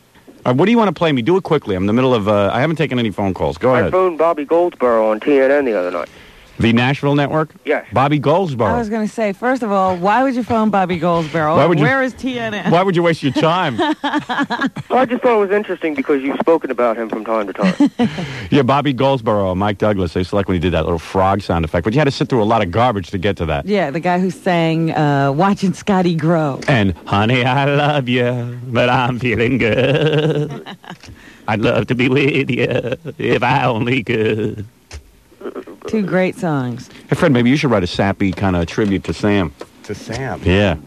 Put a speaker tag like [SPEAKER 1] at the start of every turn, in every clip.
[SPEAKER 1] All right, Uh, what do you want to play me? Do it quickly. I'm in the middle of. Uh, I haven't taken any phone calls. Go
[SPEAKER 2] I
[SPEAKER 1] ahead.
[SPEAKER 2] phoned Bobby Goldsboro on TNN the other night.
[SPEAKER 1] The Nashville Network.
[SPEAKER 2] Yes.
[SPEAKER 1] Bobby Goldsboro.
[SPEAKER 3] I was going to say, first of all, why would you phone Bobby Goldsboro?
[SPEAKER 1] Why would you-
[SPEAKER 3] Where is TNN?
[SPEAKER 1] Why would you waste your time?
[SPEAKER 2] So I just thought it was interesting because you've spoken about him from time to time.
[SPEAKER 1] yeah, Bobby Goldsboro, Mike Douglas. I used to like when he did that little frog sound effect, but you had to sit through a lot of garbage to get to that.
[SPEAKER 3] Yeah, the guy who sang uh, "Watching Scotty Grow."
[SPEAKER 1] And honey, I love you, but I'm feeling good. I'd love to be with you if I only could.
[SPEAKER 3] Two great songs.
[SPEAKER 1] Hey, Fred, maybe you should write a sappy kind of tribute to Sam.
[SPEAKER 4] To Sam.
[SPEAKER 1] Yeah.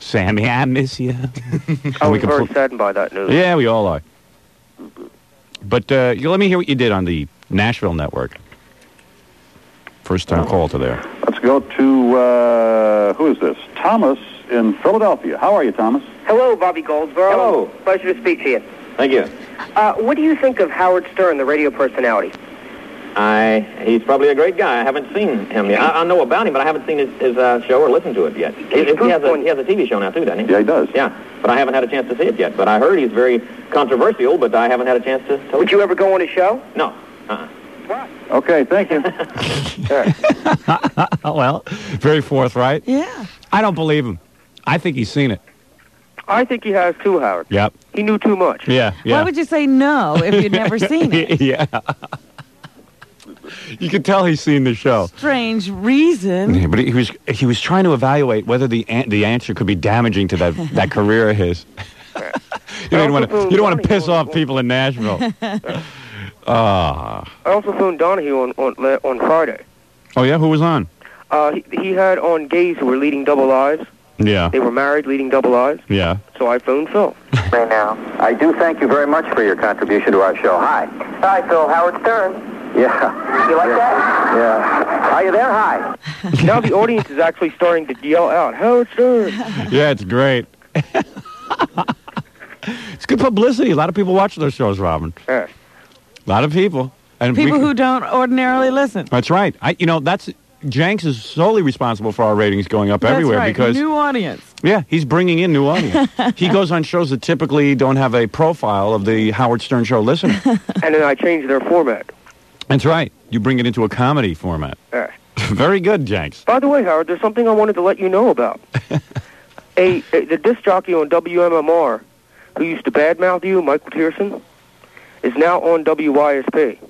[SPEAKER 1] Sammy, I miss you.
[SPEAKER 2] I
[SPEAKER 1] We
[SPEAKER 2] was
[SPEAKER 1] can
[SPEAKER 2] very
[SPEAKER 1] pl-
[SPEAKER 2] saddened by that news.
[SPEAKER 1] yeah, we all are. But uh, you let me hear what you did on the Nashville network. First time call to there.
[SPEAKER 5] Let's go to, uh, who is this? Thomas in Philadelphia. How are you, Thomas?
[SPEAKER 6] Hello, Bobby Goldsboro.
[SPEAKER 5] Hello.
[SPEAKER 6] Pleasure to speak to you.
[SPEAKER 7] Thank you.
[SPEAKER 6] Uh, what do you think of Howard Stern, the radio personality?
[SPEAKER 7] I he's probably a great guy. I haven't seen him yet. I, I know about him, but I haven't seen his, his uh, show or listened to it yet. He, he has a he has a TV show now too, doesn't he?
[SPEAKER 5] Yeah, he does.
[SPEAKER 7] Yeah, but I haven't had a chance to see it yet. But I heard he's very controversial, but I haven't had a chance to. to
[SPEAKER 6] Would you ever go on his show?
[SPEAKER 7] No. Uh-uh.
[SPEAKER 5] Okay, thank you.
[SPEAKER 1] Oh, well, very forthright.
[SPEAKER 3] Yeah.
[SPEAKER 1] I don't believe him. I think he's seen it.
[SPEAKER 2] I think he has too, Howard.
[SPEAKER 1] Yep.
[SPEAKER 2] He knew too much.
[SPEAKER 1] Yeah. Yeah.
[SPEAKER 3] Why would you say no if you'd never seen it?
[SPEAKER 1] yeah. you could tell he's seen the show.
[SPEAKER 3] Strange reason.
[SPEAKER 1] Yeah, but he was he was trying to evaluate whether the an- the answer could be damaging to that, that career of his. you don't want to you don't want to piss off people in Nashville.
[SPEAKER 2] I also phoned Donahue on on, la- on Friday.
[SPEAKER 1] Oh yeah, who was on?
[SPEAKER 2] Uh, he, he had on gays who were leading double lives.
[SPEAKER 1] Yeah,
[SPEAKER 2] They were married, leading double lives.
[SPEAKER 1] yeah.
[SPEAKER 2] So I phoned Phil.
[SPEAKER 6] Right now.
[SPEAKER 7] I do thank you very much for your contribution to our show. Hi.
[SPEAKER 6] Hi, Phil. Howard Stern.
[SPEAKER 7] Yeah.
[SPEAKER 6] You like that?
[SPEAKER 7] Yeah. Are you there? Hi.
[SPEAKER 2] now the audience is actually starting to yell out, Howard Stern.
[SPEAKER 1] Yeah, it's great. it's good publicity. A lot of people watch those shows, Robin.
[SPEAKER 2] Yeah.
[SPEAKER 1] A lot of people. And we-
[SPEAKER 3] People who don't ordinarily listen.
[SPEAKER 1] That's right. I you know, that's Jenks is solely responsible for our ratings going up everywhere
[SPEAKER 3] That's right.
[SPEAKER 1] because
[SPEAKER 3] new audience.
[SPEAKER 1] Yeah, he's bringing in new audience. he goes on shows that typically don't have a profile of the Howard Stern show listener.
[SPEAKER 2] and then I changed their format.
[SPEAKER 1] That's right. You bring it into a comedy format.
[SPEAKER 2] Yeah.
[SPEAKER 1] Very good, Jenks.
[SPEAKER 2] By the way, Howard, there's something I wanted to let you know about. a, a the disc jockey on WMMR, who used to badmouth you, Michael Pearson, is now on WYSP.